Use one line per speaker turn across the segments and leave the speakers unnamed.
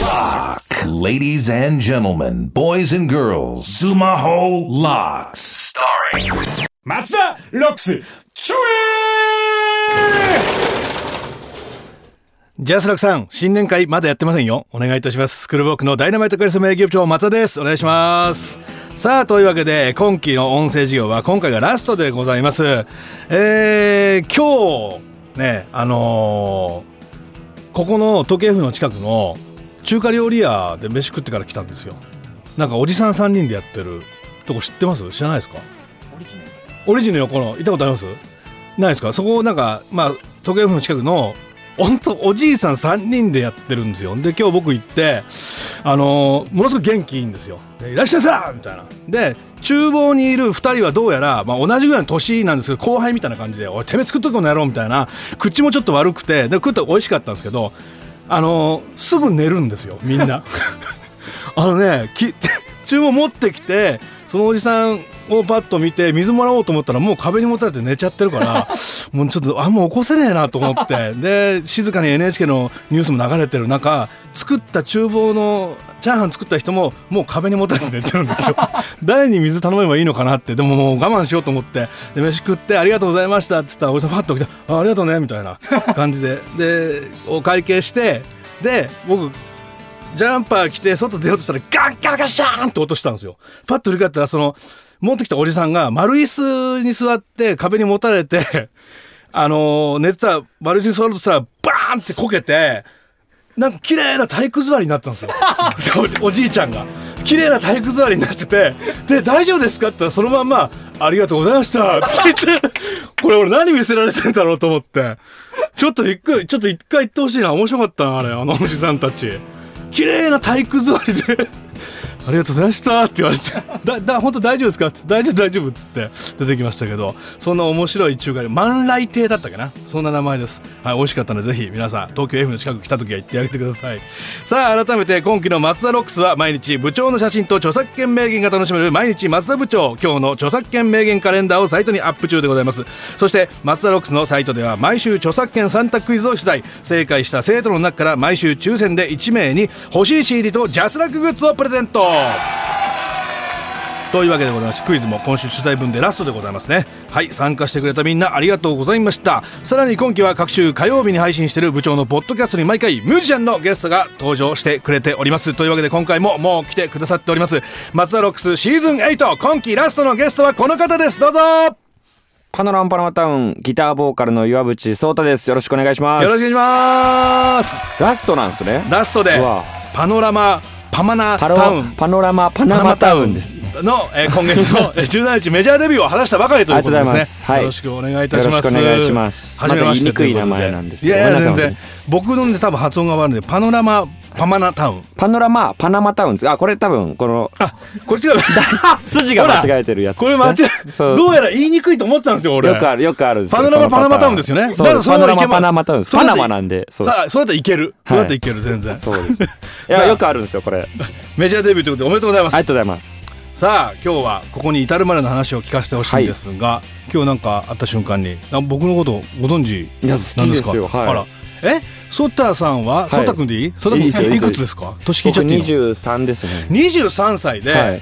Lock. Ladies and gentlemen, boys and girls, Sumaho Locks. Starring
松田ロックスチョ
ジャスラクさん、新年会まだやってませんよ。お願いいたします。スクールウォークのダイナマイトカリスマ営業部長松田です。お願いします。さあ、というわけで、今期の音声授業は今回がラストでございます。えー、今日、ね、あのーここの時計府の近くの中華料理屋で飯食ってから来たんですよ。なんかおじさん3人でやってるとこ知ってます知らないですかオリジンのこの行ったことありますないですかそこなんかまあ時計府の近くの本当おじいさん3人でやってるんですよで今日僕行ってあのーものすごく元気いいんですよ「でいらっしゃいませ!」みたいなで厨房にいる2人はどうやら、まあ、同じぐらいの年なんですけど後輩みたいな感じで「おいてめえ作っとくのやろ」みたいな口もちょっと悪くてで食ったら美味しかったんですけどあのーすぐ寝るんですよみんなあのねき 注文持ってきてそのおじさんをパッと見て水もらおうと思ったらもう壁にもたれて寝ちゃってるから もうちょっとあんま起こせねえなと思ってで静かに NHK のニュースも流れてる中作った厨房のチャーハン作った人ももう壁にもたれて寝てるんですよ 誰に水頼めばいいのかなってでももう我慢しようと思ってで飯食って「ありがとうございました」って言ったらおじさんパッと起きて「あありがとうね」みたいな感じででお会計してで僕ジャンパー着て外出ようとしたらガンガラガシャーンって落としたんですよ。パッと振り返ったらその持ってきたおじさんが丸椅子に座って壁にもたれて あのー寝てたら丸椅子に座ろうとしたらバーンってこけてなんか綺麗な体育座りになってたんですよ そうおじおじいちゃんが綺麗な体育座りになっててで「大丈夫ですか?」って言ったらそのまんま「ありがとうございました」って言って これ俺何見せられてんだろうと思ってちょっとびっくりちょっと一回言ってほしいな面白かったなあれあのおじさんたち綺麗な体育座りでありがとうございましたって言われて「 だだ本当大丈夫ですか?」って「大丈夫大丈夫」っつって出てきましたけどそんな面白い中華料理万来亭だったかなそんな名前です、はい、美味しかったのでぜひ皆さん東京 F の近く来た時は行ってあげてくださいさあ改めて今期の「マツダロックス」は毎日部長の写真と著作権名言が楽しめる毎日マツダ部長今日の著作権名言カレンダーをサイトにアップ中でございますそしてマツダロックスのサイトでは毎週著作権3択クイズを取材正解した生徒の中から毎週抽選で1名に欲しい CD とジャスラックグッズをプレゼントというわけでございましてクイズも今週取材分でラストでございますねはい参加してくれたみんなありがとうございましたさらに今期は各週火曜日に配信している部長のポッドキャストに毎回ミュージシャンのゲストが登場してくれておりますというわけで今回ももう来てくださっております松田ロックスシーズン8今期ラストのゲストはこの方ですどうぞよ
カノランパナマタウンギターボーカルの岩渕聡太ですよろしくお願いします
ろしくお願いします
すラストなんですね
ラストで
うわ
パノラマパマナ
パロ
タウン
パノラマパナマタウンですね
の、えー今月のえー17日メジャーデビューを果たしたばかりということで
ありがとうございますす
ね。
はい
よろしくお願いいたします。
よろしくお願いします
はじめまして
まず言いにくい
とうこと
名前なんです
い
けど
やいや全
ごめんなさい
然僕のね多分発音が悪いんでパノラマパマナタウン。
パノラマパナマタウンですあこれ多分この
あこれ違う。
筋が間違えてるやつです
こ
ね、
れ間違え。
そう
どうやら言いにくいと思ってたんですよ俺。
よくあるよくあるんですよ
パノラマ
この
パナマタウン
パターン
ですよね。
そうです
の方が
パノラマ
いけま
パナマタウンです
それだと
パナマなんでそうです
さあそれだといける。それだといける全然。
そ うですいやよくあるんですよこれありが
メジャーデビューということでおめでとうございます
とう。ございます
さあ今日はここに至るまでの話を聞かせてほしいんですが、今日なんかあった瞬間にな僕のことご存知
い
な
や
んですか
好きですよはい
あらえソタさんは、
い
ソタ君でいいソタ君
いいですよい
い
いですよ
くつですか年聞いち
僕
ゃっていいの
23ですね
23歳で、
はい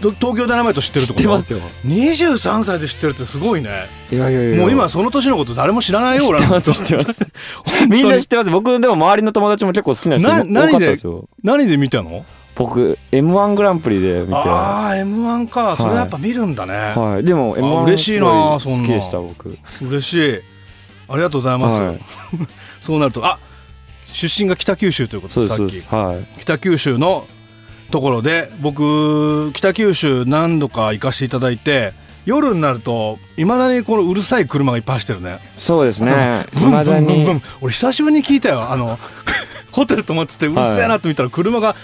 と東京ダイナマイト知ってるって
知っ
こと
てますよ
23歳で知ってるってすごいね
いやいやいや
もう今その年のこと誰も知らないよ
知っ
俺
て
のこ
ま
と
す知ってますみんな知ってます僕でも周りの友達も結構好きな人
な
多か
何
った
で
ですよ
何で見たの
僕 m 1グランプリで見ては
ああ m 1か、それやっぱ見るんだね、
いでも m
あ
1
嬉しいな
好
そんな
きでした僕
嬉しいありがとうございます、
はい
そうなるとあ出身が北九州ということ
そう
で
です
さ
そう
っ
で
き
すはい
北九州のところで僕北九州何度か行かせていただいて夜になるといまだにこのうるさい車がいっぱい走ってるね
そうですね
ブンブ
未だ
ンブンブ
に
ン俺久しぶりに聞いたよあの ホテル泊まっててうるせえなって見たら車が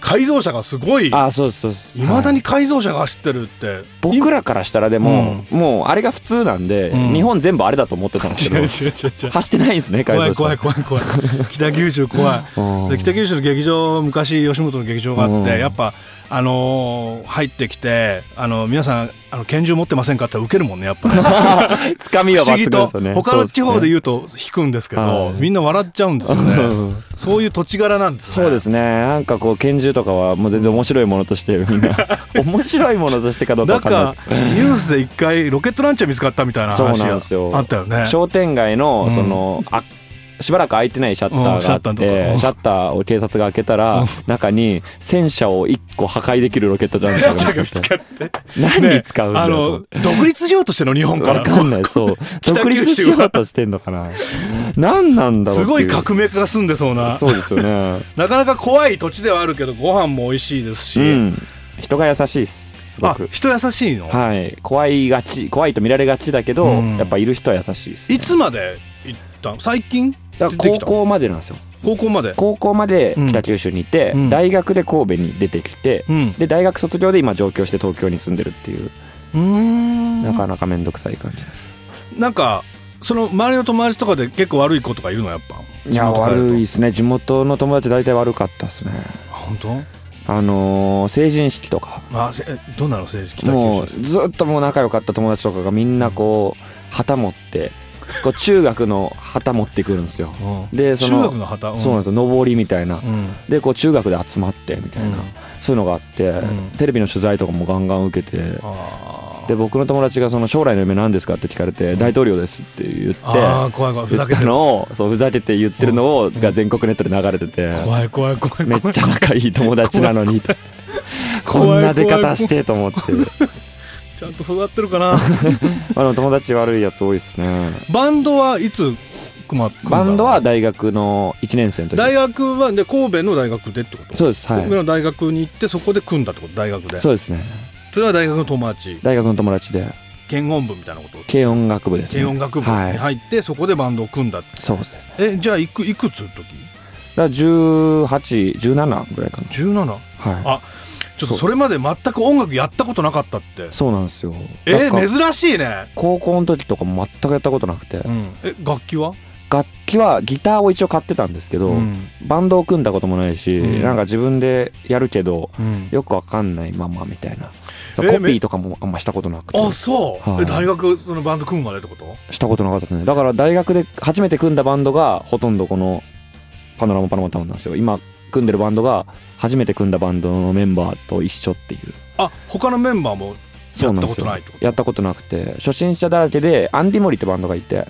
改造車がすごいい
あそうですそうです
まだ
はい
に改造車が走ってるって
僕らからしたらでももうあれが普通なんで
うん
日本全部あれだと思ってたんです
違
け
う 違う
ど
違う違う
走ってないんですね
怖
改
い
造車
怖い怖い怖 い北九州怖い
うん
で北九州の劇場昔吉本の劇場があって、
うん
やっぱあのー入ってきてあの皆さんあの拳銃持ってませんかって言ったらウケるもんねやっぱね
つかみ
不
は
思
抜
議
群
と
ですよね
他の地方で
う
言うと引くんですけど
はい
みんな笑っちゃうんですよねそういう土地柄なんです
そうですねなんかこう拳銃とかはもう全然面白いものとしてみん な面白いものとしてかどうか
な
わ
ん
かんない
か
で
ニ
す
ュースで一回ロケットランチャー見つかったみたいな
そう
話
なん
が
ですよ
あったよね
商店街
うん
のその、あしばらく開いてないシャッタ
うんシャッ
ーが
ター
あ
の
っ
とこ
て、
うん
シャッターを警察が開けた
う
ら
ん
中に戦車を1個破壊できるロケットジャンプター が見つかって何に使うんだ
あ
ろうと思っ
の
て
独立しようとしての日本か
わ
ら
かんないそう
九州は
独立しようとしてんのかな何なんだろう
す
って
ご
いう
い革命家が住んでそうな
そうですよね
なかなか怖い土地ではあるけどご飯も美味しいですし、
うん人が優しいっすすご
あ
く
人優しいの、
はい怖いがち怖いと見られがちだけど、
うん
やっぱいる人は優しいっす、
い、
ね、
つまで行ったの最近
だ
出
から
てき
高
た
校までなんですよ
高校まで
高校まで北九州にいて、
うん
大学で神戸に出てきて、
うん
で大学卒業で今上京して東京に住んでるっていう、
うーん
なかなか面倒くさい感じです
なんかその周りの友達とかで結構悪い子とかいるのやっぱ
いや悪い
い
ですね地元の友達大体悪かったですね
本当
あのー成人式とか
あせえどうなの政治北
もう
九州
ずっともう仲良かった友達とかがみんなこう旗持ってこう中学の旗持ってくるんですよ
うん
でそ
中
の
学の旗、
そうなんですよ上りみたい
う
な
ん
でこう中学で集まってみたいな、
うん
そういうのがあって、
ん
テレビの取材とかもガンガン受けて
あー
で僕の友達がその将来の夢何ですかって聞かれて、大統領ですって言って
あー怖い怖いふ
言
ざ
っ
けて
た
る
のをそうふざけて言ってるのを、が全国ネットで流れてて
怖い怖い怖い
め
怖
っ
い
ちゃ仲いい友達なのにとこんな出方してと思 って
ちゃんと育ってるかな
あの友達悪いやつ多いですね
バンドはいつ組ま組んだ
バ
の
ンドは大学の1年生の時です
大学はで神戸の大学でってこと
そうですは
神戸
い
の大学に行ってそこで組んだってこと大学でそ
そうですね
れは大学の友達
大学の友達で
軽音部みたいなこと
軽音楽部ですね
軽音楽部に
はい
入ってそこでバンドを組んだ
そうですね
えじゃあいくいくつの時
だから1817ぐらいか
?17
なはい
あちょっとそれまで全く音楽やったことなかったって
そうなんですよ
え
なんか
珍しいね、
高校の時とかも全くやったことなくて、
え楽器は、
楽器はギターを一応買ってたんですけど、
うん
バンドを組んだこともないし、
うん
なんか自分でやるけど
うん
よくわかんないままみたいなそう
え
コピ
め
ーとかもあんましたことなくて
あそう、
はい
え大学そのバンド組むまでってこと
したことなかったですねだから大学で初めて組んだバンドがほとんどこのパノラマパノマタウンなんですよ今組んでるバンドが初めて組んだバンドのメンバーと一緒っていう
あ他のメンバーも
そうなんですよ
やったことないってこと
やったことなくて初心者だらけでアンディ・モリってバンドがいて、ア
ア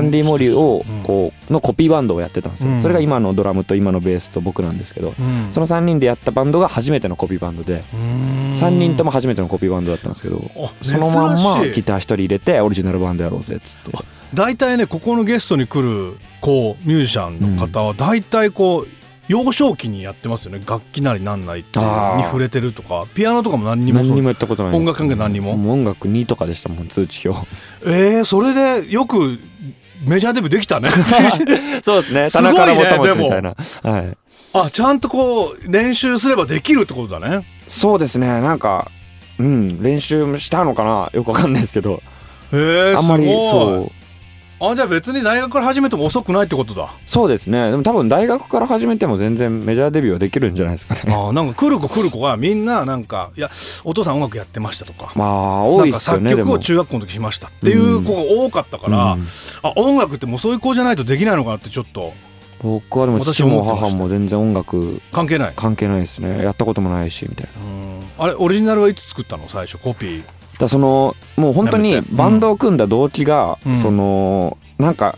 ンディ・モリを
うん
こうのコピーバンドをやってたんですよ、
うん
それが今のドラムと今のベースと僕なんですけど、
うん
その3人でやったバンドが初めてのコピーバンドで3
3
人とも初めてのコピーバンドだったんですけどそのまんまギター1人入れてオリジナルバンドやろうぜっつって
大体ねここのゲストに来るこうミュージシャンの方は大体こう幼少期にやってますよね楽器なりなんなりっていうのに
あー
触れてるとかピアノとかも何にもそう
何にもやったことないです
音楽関係何にも
う音楽2とかでしたもん通知 表
えー、それでよくメジャーデビューできたね
そうですね
す
田
ごいね
中のぼたもちみたいな、はい
あちゃんとこう練習すればできるってことだね
そうですねなんかうん練習もしたのかなよくわかんないですけど、
えー、
あんまり
すごい
そう
あじゃあ別に大学から始めても遅くないってことだ
そうですねでも多分大学から始めても全然メジャーデビューはできるんじゃないで すかね
あーなんか来る子来る子がみんななんか「いやお父さん音楽やってました」とか
まあ多
なん
いで
か
すよ
作
ねで
曲
も
を中学校の時しましたっていう子が多かったから、
うん
あ音楽ってもうそういう子じゃないとできないのかなってちょっと
僕はでも父も母も全然音楽
関係ない
関係ないですねやったこともないしみたいな
あれオリジナルはいつ作ったの最初コピー
だからそのもう本当
や
に
めて
バンドを組んだ動機が、
うん
そのなんか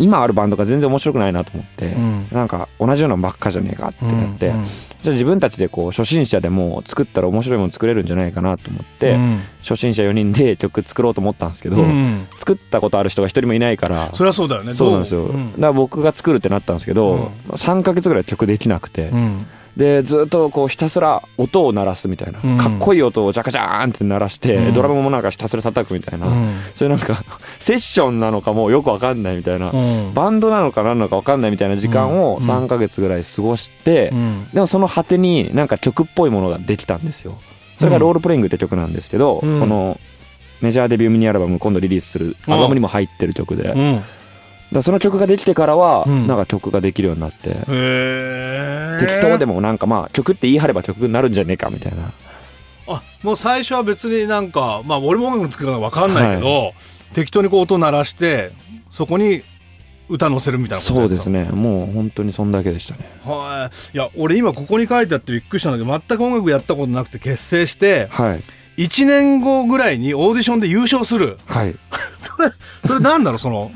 今あるバンドが全然面白くないなと思って、
ん
なんか同じようなのばっかじゃねえかってなって、
うん
じゃあ自分たちでこう初心者でも作ったら面白いもの作れるんじゃないかなと思って、
うん
初心者4人で曲作ろうと思ったんですけど、
うん
作ったことある人が1人もいないから。
それはそうだよね
そうなんですよ、
ど
だから僕が作るってなったんですけど、3ヶ月ぐらい曲できなくて、
うん
でずっとこうひたすら音を鳴らすみたいな、
うん
かっこいい音をジャカジャーンって鳴らして、
うん
ドラムもなんかひたすら叩くみたいな、
うん
そういうなんか セッションなのかもうよくわかんないみたいな、
うん
バンドなのか何なのかわかんないみたいな時間
う
を
ん
3ヶ月ぐらい過ごして、
うん
でもその果てになんか曲っぽいものができたんですよそれが「ロールプレイング」って曲なんですけど、
うん
このメジャーデビューミニアルバム今度リリースするアルバムにも入ってる曲で、
う
だか
んへ
らその曲ができてからは
うん
なんか曲ができるようになって、
え
適当でもなんかまあ曲って言い張れば曲になるんじゃねえかみたいな
あもう最初は別になんかまあ俺も音楽の作り方わかんないけど、適当にこう音鳴らしてそこに歌乗せるみたいなこと
そうです
ね
ねもう本当にそんだけでしたね
はいいや俺今ここに書いてあってびっくりしたんだけど全く音楽やったことなくて結成して
はい
1年後ぐらいにオーディションで優勝する
はい
それそれなんだろうその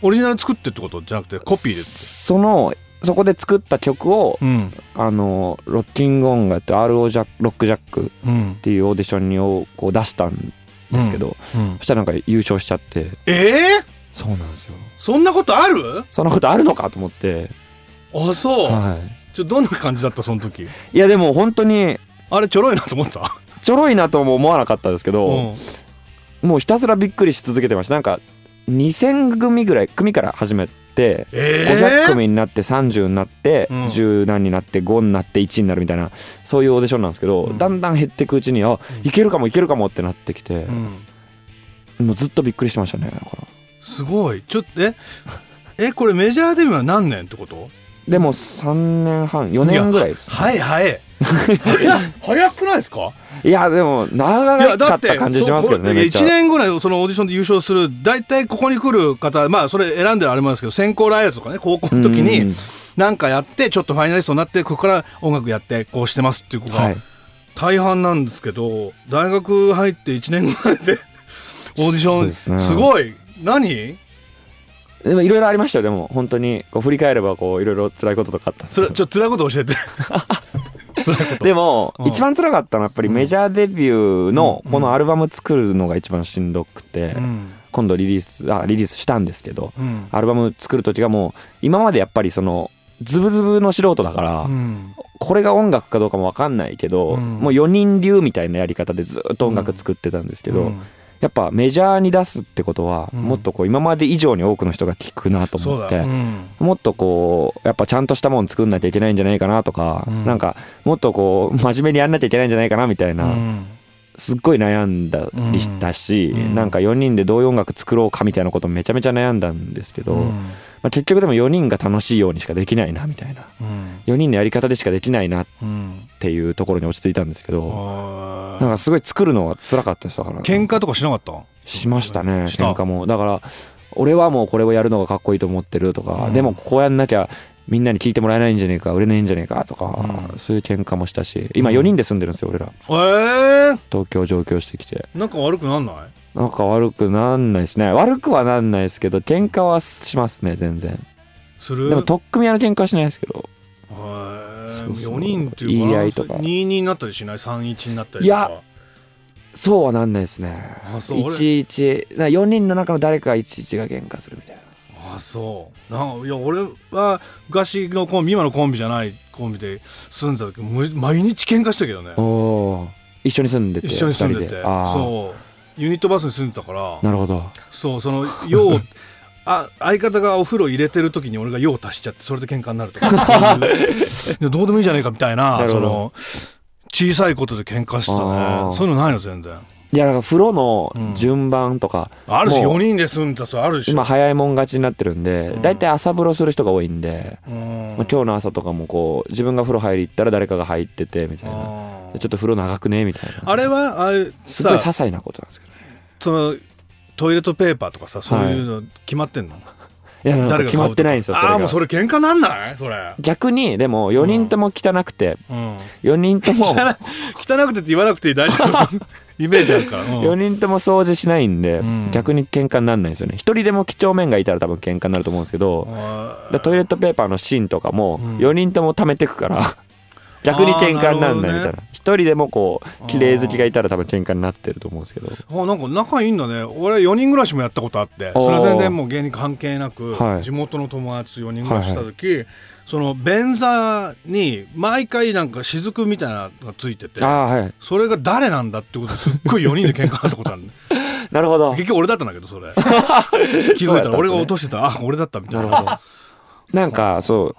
オリジナル作ってってことじゃなくてコピーで
そのそこで作った曲を、
うん
あのロッキングオンがやって RO ジャックロックジャックっ
うん
ていうオーディションをこう出したんですけど、
うん
そしたらなんか優勝しちゃって
ええ
そうなんですよ
そんなことある
そんなことあるのかと思って
あそう、
は
ちょどんな感じだったその時
いいやでも本当に
あれちょろいなと思ってた
ちょろいなとも思わなかったですけど、
うん
もうひたすらびっくりし続けてましたなんか2000組ぐらい組から始めて
え
500組になって30になって
うん
10何になって5になって1になるみたいなそういうオーディションなんですけど、
うん
だんだん減っていくうちにあいけるかもいけるかもってなってきて
う、ん、
もうずっとびっくりしてましたねだから
すごいちょっとえ えこれメジャーデビューは何年ってこと
でも3年半4年ぐらいです
はいはい早くないですか
いやでも長かった感じしますけどねめっちゃ
1年ぐらいそのオーディションで優勝する大体ここに来る方まあそれ選んでるあれもあるんですけど選考ライブとかね高校の時
うん
になんかやってちょっとファイナリストになってここから音楽やってこうしてますっていう子が
はい
大半なんですけど大学入って1年ぐら いでオーディショ
そう
ン
です
す,、
ね
ごい何
でもいろいろありましたよでも本当にこう振り返ればこういろいろ辛いこととかあったんです
そ
けど
れちょっと辛いこと 教えて
でも、
うん
一番辛かったのはやっぱりメジャーデビューのこのアルバム作るのが一番しんどくて、
うん
今度リリースあリリースしたんですけど
うん
アルバム作る時がもう今までやっぱりそのズブズブの素人だから、
うん
これが音楽かどうかも分かんないけど、
うん
もう4人流みたいなやり方でずっと音楽作ってたんですけど、
うん
やっぱメジャーに出すってことは、
うん
もっとこう今まで以上に多くの人が聴くなと
そ
思
う
っ
だ、
て
う。ん
もっとこうやっぱちゃんとしたもん作んなきゃいけないんじゃないかなとか、
うん
なんかもっとこう真面目にやんなきゃいけないんじゃないかなみたいな、
うん
すっごい悩んだりしたし、
うん
なんか4人でどういう音楽作ろうかみたいなことめちゃめちゃ悩んだんですけど、
うん
まあ、結局でも4人が楽しいようにしかできないなみたいな
うん
4人のやり方でしかできないなっ
うん
ていうところに落ち着いたんですけど、
あ
な
ー
んかすごい作るのは辛かったですだから
喧嘩とかしなかった
しましたね
した
喧嘩もだから俺はもうこれをやるのがかっこいいと思ってるとか、
うん
でもこうやんなきゃみんなに聞いてもらえないんじゃねえか売れないんじゃねえかとか、
うん
そういう喧嘩もしたし今4人で住んでるんですよ俺ら
えー、
東京上京してきて
なんか悪くなんない
なんか悪くなんないですね悪くはなんないですけど喧嘩はしますね全然
する
でも取っ組み合いの喧嘩はしないですけど
へ
そ
ー
うそう
4人っていう
言い合いとか
22になったりしない31になったり
い
とか
やそうはなんないですね
あそう
いちいちな4人の中の誰かがいちいちが喧嘩するみたいな
あそうなんかいや俺は昔のコンビ今のコンビじゃないコンビで住んでた時む毎日喧嘩したけどね
おおー一緒に住んでて
一緒に住んで
二人
て
ああ
そうユニットバスに住んでたから
なるほど
そうその用 をあ相方がお風呂入れてる時に俺が用を足しちゃってそれで喧嘩になるとか そういういやどうでもいいじゃないかみたいな
なるほ
そ
ど
の小さいことで喧嘩してた
あー
ねそういうのないの全然
いやなんか風呂の順番とか、
あるし
もう
4人で住んでたそれあるでしょ
今早いもん勝ちになってるんで、
うん
だいたい朝風呂する人が多いんで、
うん
まあ、今日の朝とかもこう自分が風呂入り行ったら誰かが入っててみたいな
あー
でちょっと風呂長くねみたいな
あれはあれ
すごい些
さ
細なことなんですけどね
そのトイレットペーパーとかさそういうの決まってんの、
いやなんか
誰が買うとか
決まってないんですよそれ
ああもう
が
それ喧嘩なんないそれ、
逆にでも4人とも汚くて
うん、
4人とも
汚汚くてって言わなくていい大丈 夫イメージあるから、うん
4人とも掃除しないんで
うん
逆に喧嘩になんないんですよね1人でも几帳面がいたら多分喧嘩になると思うんですけど
あー
だトイレットペーパーの芯とかも
うん
4人とも溜めてくから 逆に喧嘩になんな
あーなるほど
いみたい
ね
な1人でもこう綺麗好きがいたら多分喧嘩になってると思うんですけど
あなんか仲いいんだね俺4人暮らしもやったことあって
おー
それは全然もう芸人関係なく、
はい
地元の友達と4人暮らしした時、その便座に毎回なんか雫みたいなのがついてて
ああーはい
それが誰なんだってことですっごい4人で喧嘩になったことあるね
なるほど
結局俺だったんだけどそ れ気づいたら俺が落としてたあ俺だったみたい
な
な
るほどなんかそう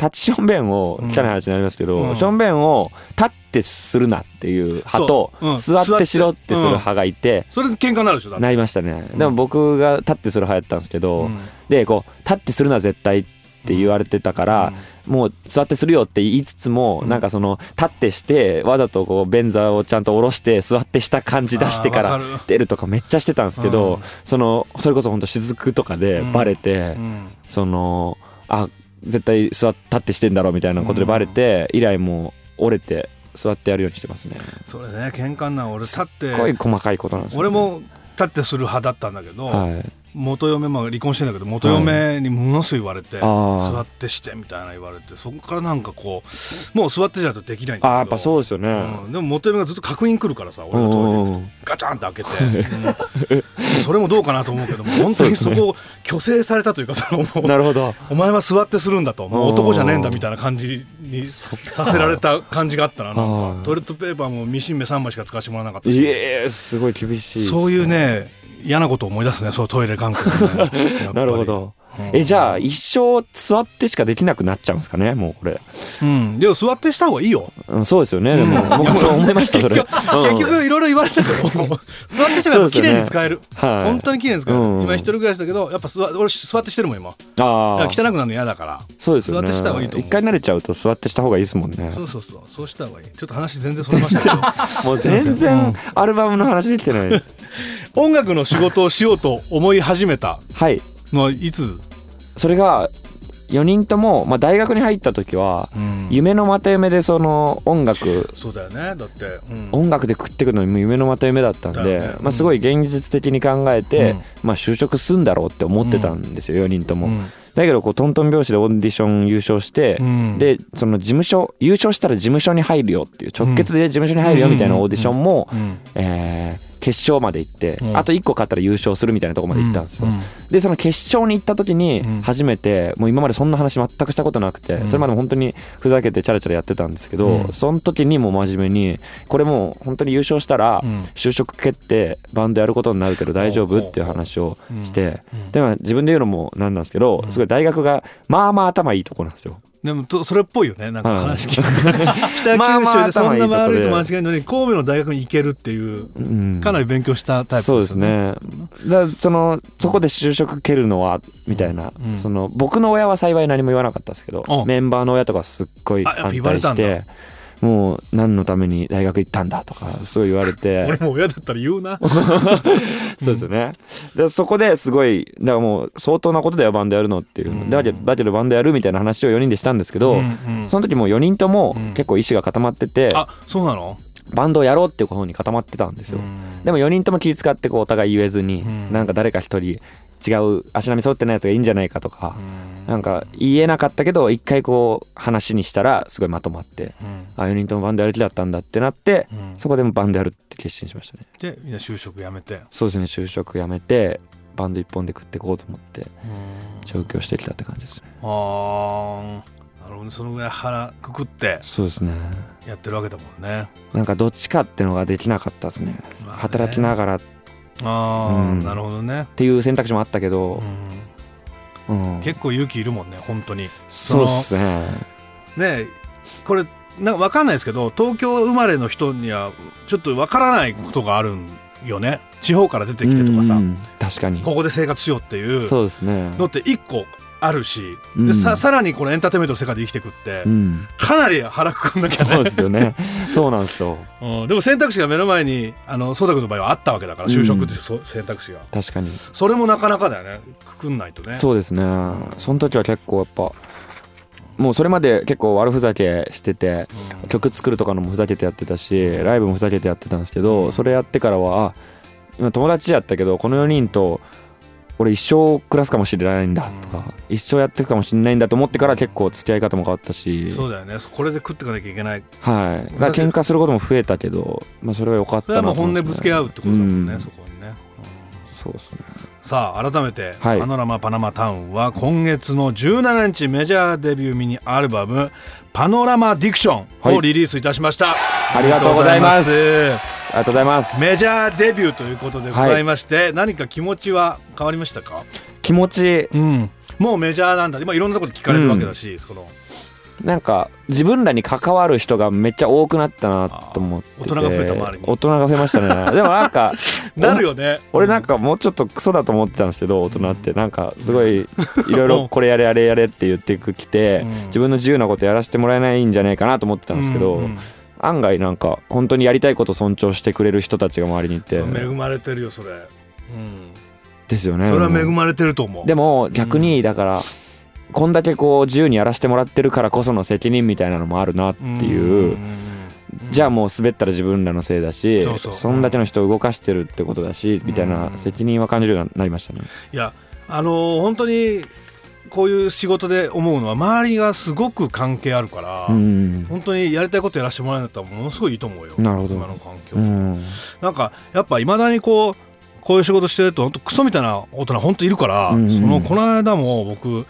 立ちションベンを汚い話になりますけど、
うん
ションベンを立ってするなっていう派と、
そううん
座ってしろってする派がいて、
それで喧嘩になるでしょだって
なりましたね、
うん
でも僕が立ってする派やったんですけど、
うん
でこう立ってするな絶対っって言われてたから、もう座ってするよって言いつつも、なんかその立ってしてわざとこう便座をちゃんと下ろして座ってした感じ出してか
あ
ら
ーわかる
出るとかめっちゃしてたんですけど、
うん
そのそれこそ本当雫とかでバレて、
うん
そのあ絶対座って立ってしてんだろうみたいなことでバレて、以来もう折れて座ってやるようにしてますね。
それね喧嘩になる俺立っ
すっごい
て
細かいことなんですよ、ね、
俺も立ってする派だったんだけど、
はい
元嫁まあ離婚してんだけど元嫁にものすごい言われて、
あー
座ってしてみたいな言われてそこからなんかこうもう座ってじゃないとできないんだけど
あーやっぱそうですよね、
うんでも元嫁がずっと確認来るからさ俺
う
の
ん
トイレ
う
に
んうん
ガチャンって開けて、うんそれもどうかなと思うけども 本当にそこを虚勢されたというかそのもう
なるほど
お前は座ってするんだともう男じゃねえんだみたいな感じに
そっか
させられた感じがあったななん
あー
かトイレットペーパーもミシン目3枚しか使わせてもらわなかった
い
し
えすごい厳しいです
そういうね嫌なことを思い出すねそうトイレ感 覚、ね、やっぱり
なるほ、ど
うん
えじゃあ一生座ってしかできなくなっちゃうんですかねもうこれ、
うん、でも座ってした方がいいよ
うん、そうですよねでも僕も思いましたそれ
結局結局いろいろ言われたけど座ってしたから綺麗に使える、
はい
本当に綺麗に使える、
うん
今一人暮らしだけどやっぱ座俺座ってしてるもん今
うんあ
だ
あ
から汚くなるの嫌だから
そうですよね
座ってした方がいいと思う
一回慣れちゃうと座ってした方がいいですもんね
そうそうそうそうした方がいいちょっと話 全然それましたけど
もう全然アルバムの話できてない
音楽の仕事をしようと思い始めた
はい
のはいつ、
それが4人とも、まあ、大学に入った時は夢のまた夢でその音楽
そうだよねだって、うん
音楽で食ってくのにも夢のまた夢だったんで、
だよね
まあ、すごい現実的に考えて、
うん
まあ、就職すんだろうって思ってたんですよ、4人とも、
うん
だけどこうトントン拍子でオーディション優勝して、
うん
でその事務所優勝したら事務所に入るよっていう直結で事務所に入るよみたいなオーディションも、
うん
えー決勝まで行って、
うん
あと1個勝ったら優勝するみたいなとこまで行ったんですよ、
うん
でその決勝に行った時に
うん
初めて、もう今までそんな話全くしたことなくて、
うん
それまでも本当にふざけてチャラチャラやってたんですけど、
うん
その時にもう真面目にこれもう本当に優勝したら
うん
就職決定バンドやることになるけど大丈夫っていう話をして、
うん
でも自分で言うのもなんなんですけど、すごい大学がまあまあ頭いいとこなんですよ。
でもとそれっぽいよねなんか
はい
話聞いて 北
まあま
九州
あ
でそんな
頭い
悪
い
い
と
と間
こで
違えるのに神戸の大学に行けるっていう
うん
かなり勉強したタイプ
そうです
よ
ねだそのそこで就職蹴るのはみたいな、
うん
その僕の親は幸い何も言わなかったですけど、
うん
メンバーの親とかすっごい
あやっぱ
反
言われ
対
た
し
んだ
てもう何のために大学行ったんだとかすごい言われ
俺
て
も親だったら言うな
そうですよねでそこですごいだからもう相当なことだよバンドやるのっていう、
うん
だけどだけどバンドやるみたいな話を4人でしたんですけど、
うんうん
その時も4人とも
うん
結構意思が固まってて、
あそうなの
バンドをやろうっていう方に固まってたんですよ、
うん
でも4人とも気遣ってこうお互い言えずに、
うん
なんか誰か一人違う足並み揃ってないやつがいいんじゃないかとか、なんか言えなかったけど一回こう話にしたらすごいまとまって、
うん
あ4人ともバンドやる気だったんだってなって、
うん
そこでもバンドやるって決心しましたね
でみんな就職やめて
そうですね就職辞めてバンド一本で食ってこうと思って上京してきたって感じですね
ああなるほどねそのぐらい腹くくって
そうですね
やってるわけだもんね
なんかどっちかってのができなかったですね
まあね
働きながらっ
ああ、
うん
なるほどね、
ていう選択肢もあったけ
う
ど、
ん、
うん、
結構勇気いるもんね本当にね
そうですね
えこれなんか分かんないですけど東京生まれの人にはちょっと分からないことがあるんよね地方から出てきてとかさ、
うんうん確かに
ここで生活しようっていう
そうですね
のって一個あるし、
うん
でささらにこのエンターテインメントの世界で生きてくって、
うん
かなり腹くくんなきゃね
そうです よねそうなんですよ
うん、でも選択肢が目の前にあの颯太君の場合はあったわけだから
うん
就職っていうそ選択肢が、
確かに
それもなかなかだよねくくんないとね
そうですねその時は結構やっぱもうそれまで結構悪ふざけしてて曲作るとかのもふざけてやってたしライブもふざけてやってたんですけどそれやってからはあ今友達やったけどこの4人と俺一生暮らすかもしれないんだとか一生やっていくかもしれないんだと思ってから結構付き合い方も変わったし
そうだよねこれで食っていかなきゃいけない
はいだから喧嘩することも増えたけどまあそれは良かっ
それは
た
も
な
う
と
本
思
音
うん
ぶ
で
つ
す
け
よ
合うってことだもんね、
うん
そこにね
そうですね
さあ改めて、
はい
パノラマパナマタウンは今月の17日メジャーデビューミニアルバム「パノラマディクション」をリリースいたしました、
ありがとうございます。ありがとうございます。
メジャーデビューということでございまして、何か気持ちは変わりましたか
気持ち、
うん、もうメジャーなんだ、まあ、いろんなところで聞かれるわけだし、その
なんか自分らに関わる人がめっちゃ多くなったなと思ってて
あー大人が増えた周りに
大人が増えましたねでもな んか
なるよね
俺なんかもうちょっとクソだと思ってたんですけど大人ってなんかすごいいろい ろこれやれあれやれって言ってきて
うん
自分の自由なことやらせてもらえないんじゃないかなと思ってたんですけど、
ううん
案外なんか本当にやりたいこと尊重してくれる人たちが周りにいて
そう恵まれてるよそれ、うん、
ですよね
それは恵
俺も
まれてると思う
でも逆にだから、こんだけこう自由にやらせてもらってるからこその責任みたいなのもあるなっていう、じゃあもう滑ったら自分らのせいだし
そうそうん
だけの人を動かしてるってことだし、みたいうなん責任は感じるようになりましたね。
いやあのー本当にこういう仕事で思うのは周りがすごく関係あるから、
うん
本当にやりたいことやらせてもらえるんだったらものすごいいいと思うよ
なるほど
今の環境、
うん
なんかやっぱいまだにこうこういう仕事してると本当クソみたいな大人本当いるから、
うんうん
そのこの間も僕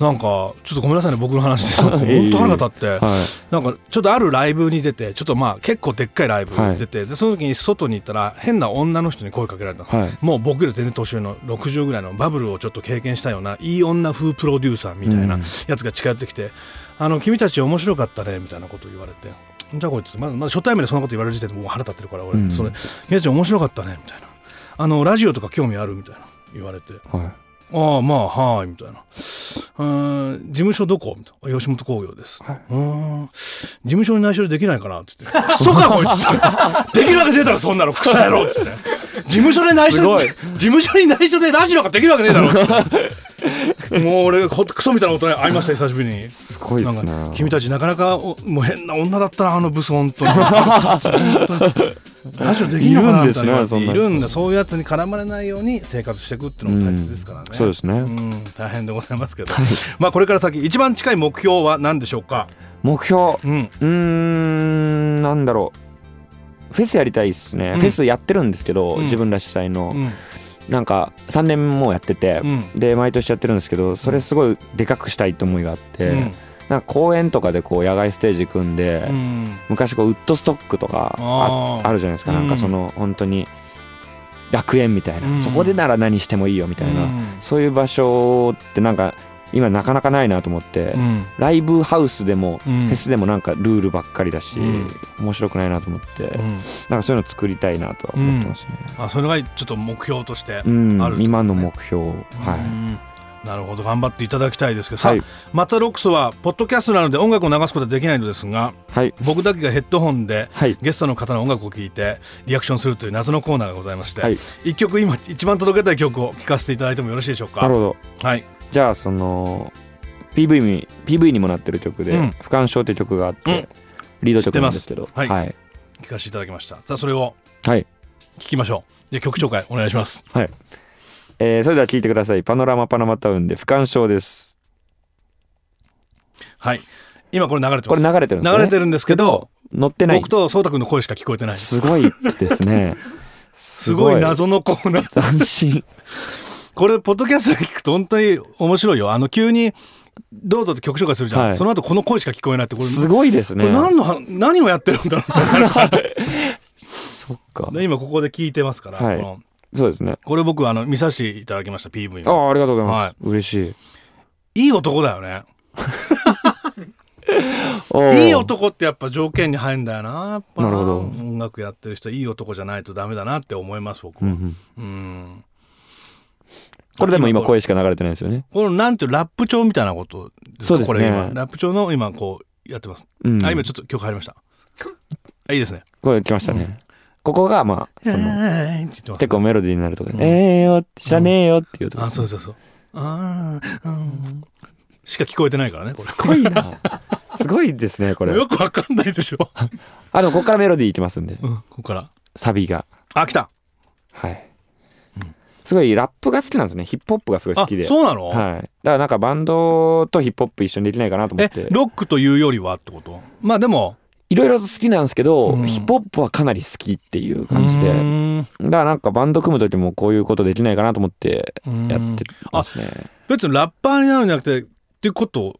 なんかちょっとごめんなさいね僕の話 で本当腹が立って、
は
なんかちょっとあるライブに出てちょっとまあ結構でっかいライブに出て、でその時に外に行ったら変な女の人に声かけられたの、
いはい
もう僕より全然年上の60ぐらいのバブルをちょっと経験したようないい女風プロデューサーみたいな
うん
やつが近寄ってきて「あの君たち面白かったね」みたいなことを言われて「じゃあこいつまだまだ初対面でそんなこと言われる時点でもう腹立ってるから俺、
うん
それ君たち面白かったね」みたいな「あのラジオとか興味ある?」みたいな言われて
は
ああまあはーいみたいな「うーん事務所どこ?」みたいなあ吉本興業です」うーん事務所に内緒でできないかな」って言って「クソかこいつ できるわけねえだろそんなのクソ野郎」っつって「事務所で内緒で事務所に内緒でラジオができるわけねえだろ」って もう俺ほんとクソみたいなことに会いました久しぶりに。
いすごいで
なん
すね
か君たちなかなかおもう変な女だったなあのブス 本当に本当にラジオできるのかなみたいな
いるんですねそん
い
な人
るんだそういうやつに絡まれないように生活していくっていうのも大切ですからね、
そうですね、
うん、大変でございますけど、まあこれから先一番近い目標は何でしょうか。
目標
うん、
うーんなんだろうフェスやりたいっすね、
うん
フェスやってるんですけど、
うん
自分ら主催の、
うん、
なんか3年もうやってて、
うん
で毎年やってるんですけどそれすごいでかくしたいって思いがあって、
うん
なんか公園とかでこう野外ステージ組んで、
うん、
昔こうウッドストックとかあ
あー
あるじゃないですか、なん
うん
かその本当に楽園みたいな、
うん
そこでなら何してもいいよみたいな、
うん
そういう場所ってなんか今なかなかないなと思って、
うん、
ライブハウスでも、
うん
フェスでもなんかルールばっかりだし、
うん
面白くないなと思って、
うん、
なんかそういうの作りたいなとは思ってますね、
あ、それがちょっと目標として。
うん
あるとね
今の目標、は
う
い
んなるほど頑張っていただきたいですけどさ、
はい
マツダロックスはポッドキャストなので音楽を流すことはできないのですが
はい
僕だけがヘッドホンで
はい
ゲストの方の音楽を聴いてリアクションするという謎のコーナーがございまして、
はい
一曲今一番届けたい曲を聴かせていただいてもよろしいでしょう
な
か
るほど
はい
じゃあその PV に PV にもなってる曲で「
うん
不干渉」って曲があって、
うん
リード曲なんですけど
てますは
はい
聴かせていただきましたさあそれを
はい
聴きましょうじゃあ曲紹介お願いします
はいえーそれでは聴いてください「パノラマパナマタウン」で「不干渉」です
はい今これ流れて
こ
ま
れ
す
流れてるんですよ
流
ね
れてるんですけど
乗ってない
僕と颯太君の声しか聞こえてない
すごいですね
す
す
ごい謎のコーナー
斬新
これポッドキャストで聞くと本当に面白いよあの急にどうぞって曲紹介するじゃん、
はい
その後この声しか聞こえないってこれ
すごいです
こ
ね
れ何のは何をやってるんだろうってなるから
そっか
ね今ここで聞いてますから、
はい
この
そうですね
これ僕あの見させていただきました PV
あ
の
あありがとうございます、嬉しい
いい男だよね
おー
いい男ってやっぱ条件に入るんだよなやっぱ
なるほど
音楽やってる人いい男じゃないとダメだなって思います僕
うん
は
うん
うん
これでも今声しか流れてないですよね、
このなんていうラップ調みたいなことですか
そうですね
これ今ラップ調の今こうやってます、
うん、
あ今ちょっと曲入りましたあいいですね
これ来ましたね、ここがまあその
えーって言って
結構メロディーになるとか、
ん
ええよって知らねえよっていうと
ますあ
か、
そうそうそうあーうんしか聞こえてないからねこ
すごいな すごいですねこ
れ
れ
よくわかんないでしょ、
あでもここからメロディーいきますんで
うん、ここから
サビが
あ来た
はい、すごいラップが好きなんですねヒップホップがすごい好
あ
きで
そうなの、
はい、だからなんかバンドとヒップホップ一緒にできないかなと思っ
え
て
ロックというよりはってことまあでも
いろいろ好きなんですけど、
うん
ヒップホップはかなり好きっていう感じで
う
だ
ー
か
ん
らなんかバンド組む時もこういうことできないかなと思って
うん
やってますね
別にラッパーになるんじゃなくてっていうこと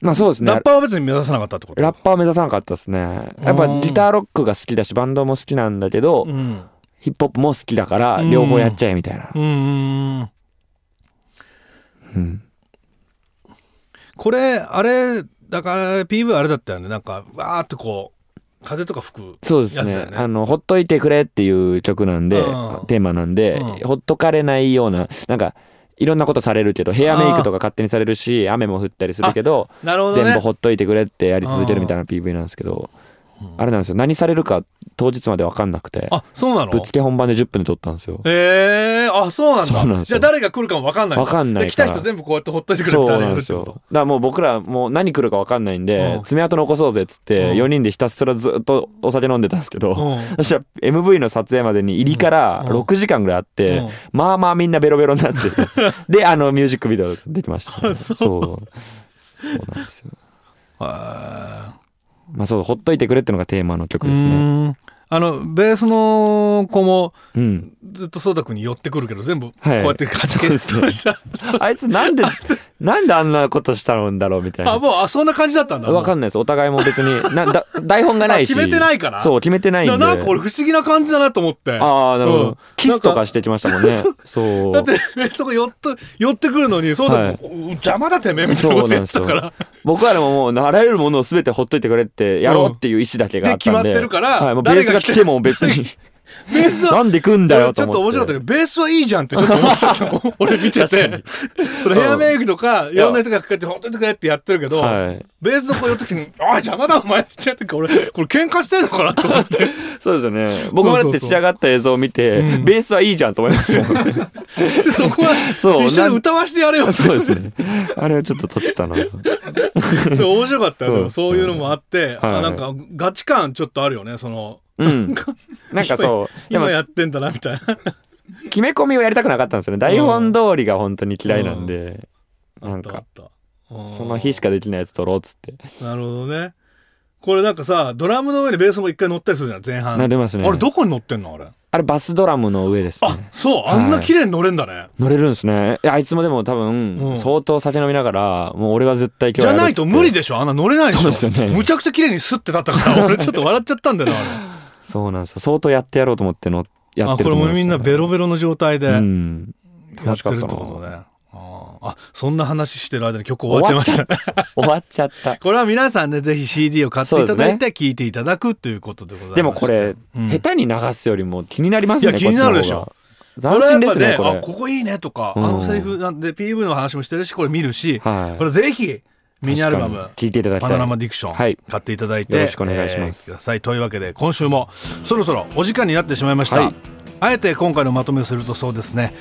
まあそうですね
ラッパーは別に目指さなかったってこと
ラッパーを目指さなかったですねやっぱギターロックが好きだしバンドも好きなんだけど、
うん
ヒップホップも好きだから
うん
両方やっちゃえみたいな
う、ーん
うん
これあれだから PV あれだったよねなんかわーってこう風とか吹く
そうですね
やつだ
あ
よね
の「ほっといてくれ」っていう曲なんで
うん
テーマなんで、
うん
ほっとかれないようななんかいろんなことされるけどヘアメイクとか勝手にされるし雨も降ったりするけど
なるほど
全
ね
部ほっといてくれってやり続けるみたいな PV なんですけど、あれなんですよ何されるか当日まで分かんなくて
あそうなの
ぶっつけ本番で10分で撮ったんですよ
えー、あそうなんだ
そうなんです
じゃあ
よ
誰が来るかも分かんない
分かんない
で来
か
た
ら
人全部こうやってほっといてくれ
そ
み
う
たいな
なん
やる
で
っ
す
て
よ
こ
だか
と
らもう僕らもう何来るか分かんないんで
うん
爪痕残そうぜっつって
うん
4人でひたすらずっとお酒飲んでたんですけ ど
うん
そしたら MV の撮影までに入りから
うん
6時間ぐらいあって
うん
まあまあみんなベロベロに なっててであのミュージックビデオできましたねそうそうなんですよ
は
まあそうほっといてくれってのがテーマの曲
い
ですね
あのベースの子も
うん
ずっと颯太君に寄ってくるけど全部こう
はい
やって勝ち
そうですね
した
あいつなんでなんであんなことしたんだろうみた い
あ
な
もうあそんな感じだったんだ
分かんないですお互いも別になだ台本がないし
あ決めてないから
そう決めてないんで
いやなんか俺不思議な感じだなと思って
ああなるほど、
うん
キスとかしてきましたもんねそう
だってそこ寄って寄ってくるのにそうだ、
はい
邪魔だてめえみたいなことやってた
そう
か
なん
ら
僕はでももうあらゆるものを全てほっといてくれってやろうっていう意思だけがあったんで,、
うんで決まってるから
はい、もうベ
誰
ー
が
スが来ても別に
ベース
な
は
んで来んだよと
ちょっと
思
面白かっ
って
たけどベースはいいじゃんってちょっと思って たもん俺見ててそのヘアメイクとかいろんな人がかかってほっといてくれってやってるけど、
はい
ベースの子寄ってきて「ああ邪魔だお前」って言ってなんか俺これ喧嘩してんのかなと思って
そうですよね僕もだって仕上がった映像を見て
そうそう
ベースはいいじゃんと思いました もん、
でそこは
そう
一緒に歌わしてやれよって
そうですねあれはちょっと撮ってたな
でも 面白かったよでも
そ
そうう
です
い
ね
うのもあって、
は
あ
い
なんかガチ感ちょっとあるよねその
うんなんかそうでも
今やってんだなみたいな
決め込みをやりたくなかったんですよね台本通りが本当に嫌いなんで、なん
あ
か
ったあった
その日しかできないやつ撮ろうっつって
なるほどねこれなんかさドラムの上にベースも一回乗ったりするじゃん前半
なりますね
あれどこに乗ってんのあれ
あれバスドラムの上です
あ
ね
そう
はい
あんな綺麗に乗れんだね
乗れるんですねいやあいつもでも多
う
分
ん
相当酒飲みながらもう俺は絶対今
じ
日
ゃ
はやる
な
っつ
い
って
と無理でしょあんな乗れないでしょ
そうですよね
むちゃくちゃ綺麗にスッて立ったから 俺ちょっと笑っちゃったんだよなあ
そうなんですよ相当やってやろうと思っての
れ
や
あ
って
こ
る
れ
と思
も
います
みんなベロベロの状態で
う
や
ん楽
っ
しか
て
っ
るったて
な
ことねあーあそんな話してる間に曲終わっちゃいました
終わっち ゃった
これは皆さんね、ぜひ CD を買っていただいて聴いていただくということでございます。
でもこれ
うん
下手に流すよりも気になります
い
ね
や
こっちの
気にな
方
る
が
でしょ
斬新ですね
そ
こ
れはやっぱあ、
れ
ここいいねとか、あ
うん
のセリフなんで PV の話もしてるし、これ見るし、
はい
これぜひミニアルバム
確かに、聞いていただき
パ
た
ノ
い
ラマディクション、
はい
買っていただいて、
よろしくお願いします
えーくださいというわけで、今週もそろそろお時間になってしまいました。
はい
あえて今回のまとめをするとそうですね、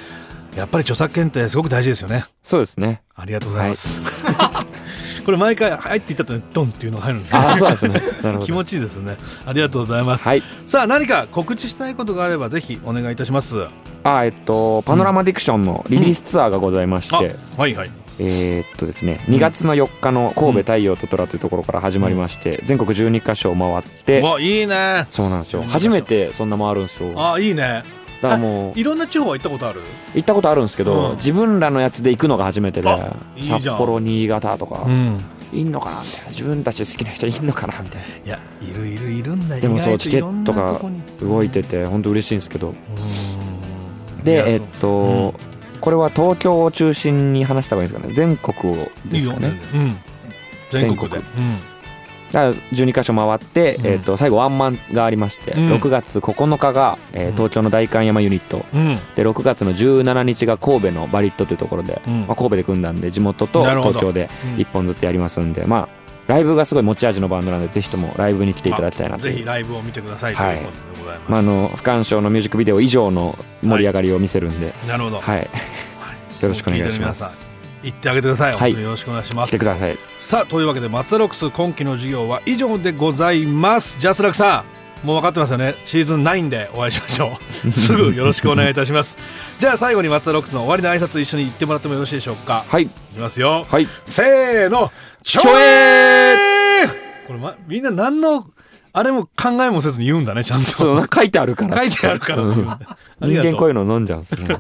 やっぱり著作権ってすごく大事ですよね。
そうですね
ありがとうございます。 これ毎回入っていったとね、ドンっていうのが入るんですよ
ああそうなんですね なるほ
気
ど
持ちいいですねありがとうございます、
はい
さあ何か告知したいことがあればぜひお願いいたしますあ
あえっとパノラマディクションのリリースツアーがございまして
はいはい
えーっとですね2月の4日の神戸太陽と虎というところから始まりまして全国12カ所を回って
うわいいね
そうなんですよ初めてそんな回るんですよだか
あいいね
らもう
いろんな地方は行ったことある
行ったことあるんですけど、
うん
自分らのやつで行くのが初めてで
あいいじゃん
札幌新潟とか、
ん
いんのかなみたいな自分たち好きな人いんのかなみたいない
やいるいるいるんだよ
でもそう
意外と
チケット
いろんな
が
とこに
動いてて本当嬉しいんですけど
うんい
で
や
えっ
そう
と、これは東京を中心に話した方がいいですかね全国をですかね
いいようん全国で
全国だから12カ所回って、
うん
えっと最後ワンマンがありまして、
うん
6月9日が、えー
うん
東京の代官山ユニット
うんうん
で6月の17日が神戸のバリットというところで、
うん
まあ、神戸で組んだんで地元と
なるほど
東京で
うん
1本ずつやりますんで、まあライブがすごい持ち味のバンドなんでぜひともライブに来ていただきたいなと
ぜ
い
ひ
う
ライブを見てくださいと
はい
いうことでございます、
まあ、あの不干渉のミュージックビデオ以上の盛り上がりを見せるんで、
なるほど、
はいよろしくお願いします
行ってあげてください、
は
本
い
当によろしくお願いしま
来
す
てください
さあというわけでマツダロックス今期の授業は以上でございますジャスラックさんもう分かってますよねシーズン9でお会いしましょ うすぐよろしくお願いいたしますじゃあ最後にマツダロックスの終わりの挨拶一緒に言ってもらってもよろしいでしょうか
はい
いきますよ
はい
せーのちょ
ちょえ
えこれ、ま、みんな何のあれも考えもせずに言うんだねちゃんと
そ
書
う書いてある から
いてあるから
うん
言うんだありが
人
とう
間こういうの飲んじゃうんですね